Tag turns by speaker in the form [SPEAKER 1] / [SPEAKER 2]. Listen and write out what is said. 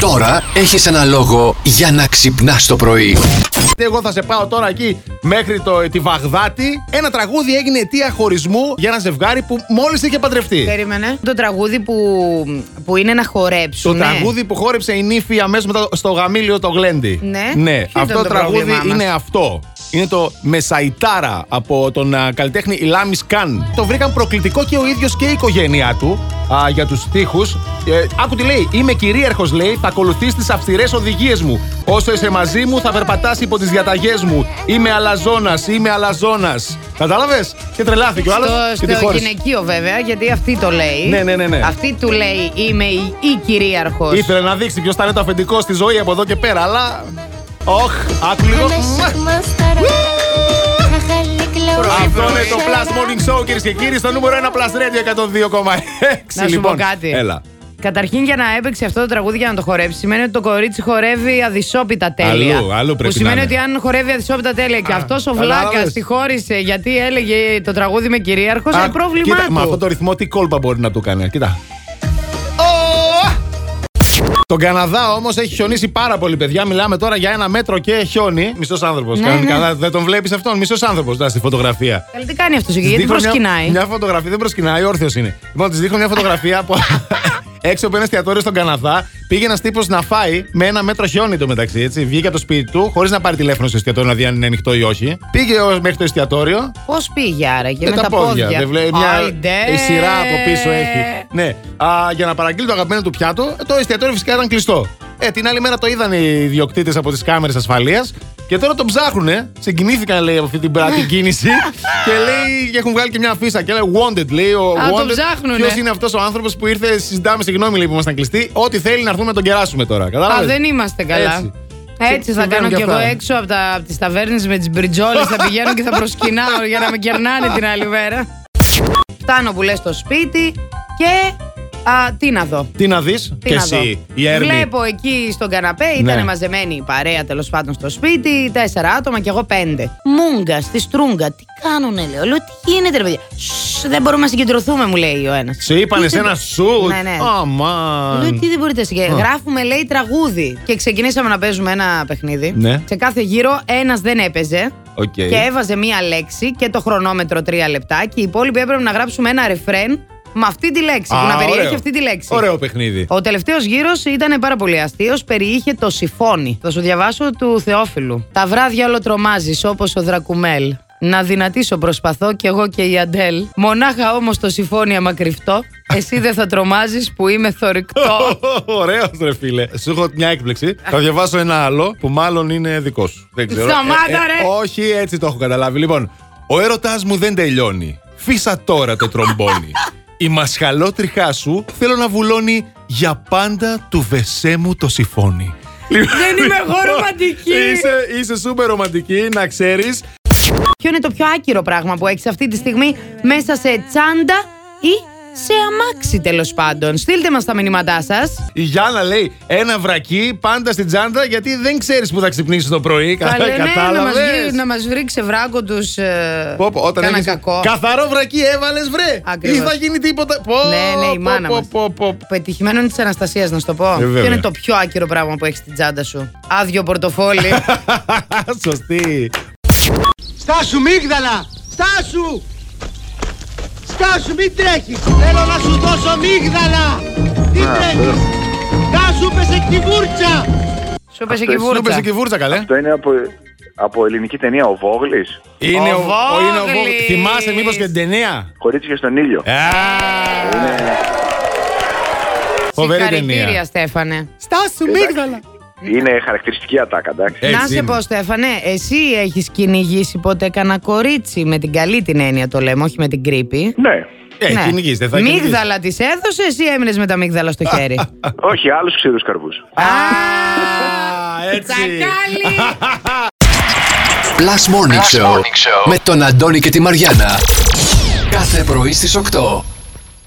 [SPEAKER 1] Τώρα έχεις ένα λόγο για να ξυπνάς το πρωί.
[SPEAKER 2] Εγώ θα σε πάω τώρα εκεί μέχρι το, ε, τη Βαγδάτη. Ένα τραγούδι έγινε αιτία χωρισμού για ένα ζευγάρι που μόλις είχε παντρευτεί.
[SPEAKER 3] Περίμενε. Το τραγούδι που, που είναι να
[SPEAKER 2] Το
[SPEAKER 3] χορέψουν. ναι.
[SPEAKER 2] τραγούδι που χόρεψε η νύφη αμέσως μετά στο γαμήλιο το Γλέντι.
[SPEAKER 3] Ναι. Ποιο ήταν
[SPEAKER 2] Αυτό
[SPEAKER 3] το
[SPEAKER 2] τραγούδι
[SPEAKER 3] πρόβλημά μας?
[SPEAKER 2] είναι αυτό. Είναι το Μεσαϊτάρα από τον α, καλλιτέχνη Ιλάμι Καν. Το βρήκαν προκλητικό και ο ίδιος και η οικογένειά του α, για τους τοίχου. Ε, άκου τι λέει. Είμαι κυρίαρχος, λέει. Θα ακολουθείς τις αυστηρές οδηγίες μου. Όσο είσαι μαζί μου, θα περπατάς υπό τις διαταγές μου. Είμαι αλαζόνας, είμαι αλαζόνας. Κατάλαβες και τρελάθηκε ο άλλο.
[SPEAKER 3] Στο,
[SPEAKER 2] και τη
[SPEAKER 3] στο
[SPEAKER 2] χώρισε.
[SPEAKER 3] γυναικείο βέβαια, γιατί αυτή το λέει.
[SPEAKER 2] Ναι, ναι, ναι, ναι.
[SPEAKER 3] Αυτή του λέει είμαι η, η κυρίαρχος.
[SPEAKER 2] Ήθελε να δείξει ποιος θα είναι το αφεντικό στη ζωή από εδώ και πέρα, αλλά. Οχ, άκου λίγο. Μουα. Αυτό είναι το Plus Morning Show, κυρίες και κύριοι, στο νούμερο 1 Plus Radio 102,6.
[SPEAKER 3] Να σου πω
[SPEAKER 2] Λοιπόν,
[SPEAKER 3] κάτι.
[SPEAKER 2] Έλα.
[SPEAKER 3] Καταρχήν για να έπαιξε αυτό το τραγούδι για να το χορέψει σημαίνει ότι το κορίτσι χορεύει αδυσόπιτα τέλεια.
[SPEAKER 2] Αλλού, αλλού πρέπει
[SPEAKER 3] που
[SPEAKER 2] να
[SPEAKER 3] σημαίνει
[SPEAKER 2] είναι.
[SPEAKER 3] ότι αν χορεύει αδυσόπιτα τέλεια και αυτός ο
[SPEAKER 2] κατάλαβες.
[SPEAKER 3] βλάκα τη χώρισε γιατί έλεγε το τραγούδι με κυρίαρχος,
[SPEAKER 2] Α,
[SPEAKER 3] είναι πρόβλημά
[SPEAKER 2] κοίτα,
[SPEAKER 3] του.
[SPEAKER 2] Με αυτό το ρυθμό, τι κόλπα μπορεί να του κάνει. Κοίτα. Τον Καναδά όμως έχει χιονίσει πάρα πολύ, παιδιά. Μιλάμε τώρα για ένα μέτρο και χιόνι. Μισός άνθρωπος.
[SPEAKER 3] Ναι,
[SPEAKER 2] Κανονικά δεν τον βλέπεις αυτόν. Μισός άνθρωπος να στη φωτογραφία.
[SPEAKER 3] Καλά, τι κάνει αυτός εκεί,
[SPEAKER 2] Της
[SPEAKER 3] γιατί
[SPEAKER 2] δείχνω μια-
[SPEAKER 3] προσκυνάει.
[SPEAKER 2] Μια, φωτογραφία δεν προσκυνάει, όρθιος είναι. Λοιπόν, της δείχνω μια φωτογραφία από έξω από ένα εστιατόριο στον Καναδά. Πήγε ένας τύπος να φάει με ένα μέτρο χιόνι το μεταξύ. Έτσι. Βγήκε από το σπίτι του, χωρίς να πάρει τηλέφωνο στο εστιατόριο να δει αν είναι ανοιχτό ή όχι. Πήγε ως- μέχρι το εστιατόριο.
[SPEAKER 3] Πώς πήγε άραγε,
[SPEAKER 2] με Ε, τα πόδια. Δεν βλέπει μια
[SPEAKER 3] Άιντε.
[SPEAKER 2] η σειρά από πίσω έχει. Ναι. Α, για να παραγγείλει το αγαπημένο του πιάτο, ε, το εστιατόριο φυσικά ήταν κλειστό. Ε, την άλλη μέρα το είδαν οι διοκτήτε από τις κάμερες ασφαλείας και τώρα τον ψάχνουνε. Συγκινήθηκαν λέει από αυτή την, πρα- την κίνηση και λέει και έχουν βγάλει και μια αφίσα και λέει Wanted. Λέει ο
[SPEAKER 3] Α, τον
[SPEAKER 2] Wanted.
[SPEAKER 3] ψάχνουνε.
[SPEAKER 2] Ποιος είναι αυτός ο άνθρωπος που ήρθε, συζητάμε, συγγνώμη λέει που ήμασταν κλειστοί. Ό,τι θέλει να έρθουμε να τον κεράσουμε τώρα.
[SPEAKER 3] Α,
[SPEAKER 2] Κατάλαβε.
[SPEAKER 3] δεν είμαστε καλά.
[SPEAKER 2] Έτσι.
[SPEAKER 3] Έτσι,
[SPEAKER 2] Συ-
[SPEAKER 3] θα
[SPEAKER 2] συμβαίνουν
[SPEAKER 3] κάνω
[SPEAKER 2] και
[SPEAKER 3] κι εγώ
[SPEAKER 2] αυτά.
[SPEAKER 3] έξω από, τα, από τις ταβέρνες με τις μπριτζόλες θα πηγαίνω και θα προσκυνάω για να με κερνάνε την άλλη μέρα. Φτάνω που λες στο σπίτι και α, τι να δω.
[SPEAKER 2] Τι να δεις
[SPEAKER 3] Τι
[SPEAKER 2] και
[SPEAKER 3] να
[SPEAKER 2] εσύ,
[SPEAKER 3] δω.
[SPEAKER 2] η Έρμη.
[SPEAKER 3] Βλέπω εκεί στον καναπέ, ήταν
[SPEAKER 2] Ναι.
[SPEAKER 3] μαζεμένη η παρέα τέλος πάντων στο σπίτι, τέσσερα άτομα και εγώ πέντε. Μούγκα στη στρούγκα, τι κάνουνε, λέω. Λέω, τι γίνεται, ρε παιδιά. «Σ, δεν μπορούμε να συγκεντρωθούμε, μου λέει ο ένας.
[SPEAKER 2] Σε είπανε σε ένα σουτ.
[SPEAKER 3] Ναι, ναι.
[SPEAKER 2] Αμάν.
[SPEAKER 3] Λέω τι δεν μπορείτε να συγκε- Γράφουμε, λέει, τραγούδι. Και ξεκινήσαμε να παίζουμε ένα παιχνίδι.
[SPEAKER 2] Ναι. Ε.
[SPEAKER 3] Σε κάθε γύρο ένας δεν έπαιζε.
[SPEAKER 2] Οκ.
[SPEAKER 3] Και έβαζε μία λέξη και το χρονόμετρο τρία λεπτά. Και οι υπόλοιποι έπρεπε να γράψουμε ένα ρεφρέν με αυτή τη λέξη.
[SPEAKER 2] Α,
[SPEAKER 3] που να περιέχει
[SPEAKER 2] ωραίο.
[SPEAKER 3] αυτή τη λέξη.
[SPEAKER 2] Ωραίο παιχνίδι.
[SPEAKER 3] Ο τελευταίος γύρος ήταν πάρα πολύ αστείος. Περιείχε το σιφόνι. Θα σου διαβάσω του Θεόφιλου. Τα βράδια όλο τρομάζει όπως ο Δρακουμέλ. Να δυνατήσω προσπαθώ κι εγώ και η Αντέλ. Μονάχα όμως το σιφόνι αμακρυφτό. Εσύ δεν θα τρομάζεις που είμαι θορυκτό.
[SPEAKER 2] Ωραίος, ρε φίλε. Σου έχω μια έκπληξη. Θα διαβάσω ένα άλλο που μάλλον είναι δικός σου. Δεν ξέρω. Ε,
[SPEAKER 3] Σταμάτα, ρε!
[SPEAKER 2] όχι, έτσι το έχω καταλάβει. Λοιπόν, ο έρωτάς μου δεν τελειώνει. Φύσα τώρα το τρομπόνι. Η μασχαλότριχά σου θέλω να βουλώνει για πάντα του βεσέ μου το σιφόνι. Λοιπόν,
[SPEAKER 3] Δεν είμαι εγώ ρομαντική.
[SPEAKER 2] Είσαι, είσαι σούπερ ρομαντική, να ξέρεις.
[SPEAKER 3] Ποιο είναι το πιο άκυρο πράγμα που έχεις αυτή τη στιγμή μέσα σε τσάντα ή σε αμάξι τέλος πάντων. Στείλτε μας τα μηνύματά σας.
[SPEAKER 2] Η Γιάννα λέει ένα βρακί πάντα στην τσάντα γιατί δεν ξέρεις που θα ξυπνήσεις το πρωί.
[SPEAKER 3] Καλέ, ναι, να μας
[SPEAKER 2] Κατάλαβες?
[SPEAKER 3] βγει- να μας βρει ξεβράκο τους. Ε,
[SPEAKER 2] Πω, πω, όταν
[SPEAKER 3] κάνα
[SPEAKER 2] έχεις-
[SPEAKER 3] κακό.
[SPEAKER 2] Καθαρό βρακί έβαλες, βρε!
[SPEAKER 3] Ακριβώς.
[SPEAKER 2] Ή θα γίνει τίποτα. Πω,
[SPEAKER 3] Ναι, ναι, η
[SPEAKER 2] πω,
[SPEAKER 3] μάνα
[SPEAKER 2] πω,
[SPEAKER 3] μας.
[SPEAKER 2] πω, πω.
[SPEAKER 3] Πετυχημένο είναι της Αναστασίας, να σου το πω.
[SPEAKER 2] Ε, βέβαια.
[SPEAKER 3] Ποιο είναι το πιο άκυρο πράγμα που έχεις στην τσάντα σου. Άδειο πορτοφόλι.
[SPEAKER 2] Σωστή.
[SPEAKER 4] Στάσου μίγδαλα! Στάσου! Στάσου μην τρέχεις! Θέλω να σου δώσω μίγδαλα! Τι τρέχεις! Στάσου πες εκ τη βούρτσα!
[SPEAKER 3] Σου πέσε
[SPEAKER 5] Αυτό
[SPEAKER 3] και η
[SPEAKER 5] εσύ
[SPEAKER 2] Σου
[SPEAKER 3] βούρτσα.
[SPEAKER 2] έπεσε και η βούρτσα, καλέ.
[SPEAKER 5] Αυτό είναι από, από ελληνική ταινία ο Βόγλης.
[SPEAKER 2] Είναι
[SPEAKER 3] Ο Βόγλης.
[SPEAKER 2] είναι Βόγλης. Θυμάσαι μήπως και την ταινία.
[SPEAKER 5] Κορίτσια στον ήλιο.
[SPEAKER 2] Α, Φοβερή
[SPEAKER 3] Ναι. Συγχαρητήρια,
[SPEAKER 2] ταινία.
[SPEAKER 3] Στέφανε.
[SPEAKER 4] Στάσου μίγδαλα!
[SPEAKER 5] Είναι χαρακτηριστική ατάκα, εντάξει.
[SPEAKER 2] Έτσι
[SPEAKER 3] Να σε
[SPEAKER 2] είναι.
[SPEAKER 3] πω, Στέφανε, εσύ έχεις κυνηγήσει ποτέ κανένα κορίτσι. Με την καλή την έννοια το λέμε, όχι με την κρύπη.
[SPEAKER 5] Ναι.
[SPEAKER 2] Ε, κυνηγείς, δεν θα κυνηγείς.
[SPEAKER 3] Μίγδαλα της έδωσε ή έμεινες με τα μίγδαλα στο χέρι.
[SPEAKER 5] Όχι, άλλους ξηρούς καρπούς.
[SPEAKER 3] Α,
[SPEAKER 2] Α, έτσι.
[SPEAKER 3] τσακάλι.
[SPEAKER 1] Plus Morning, Show, με τον Αντώνη και τη Μαριάνα. Κάθε πρωί στις 8.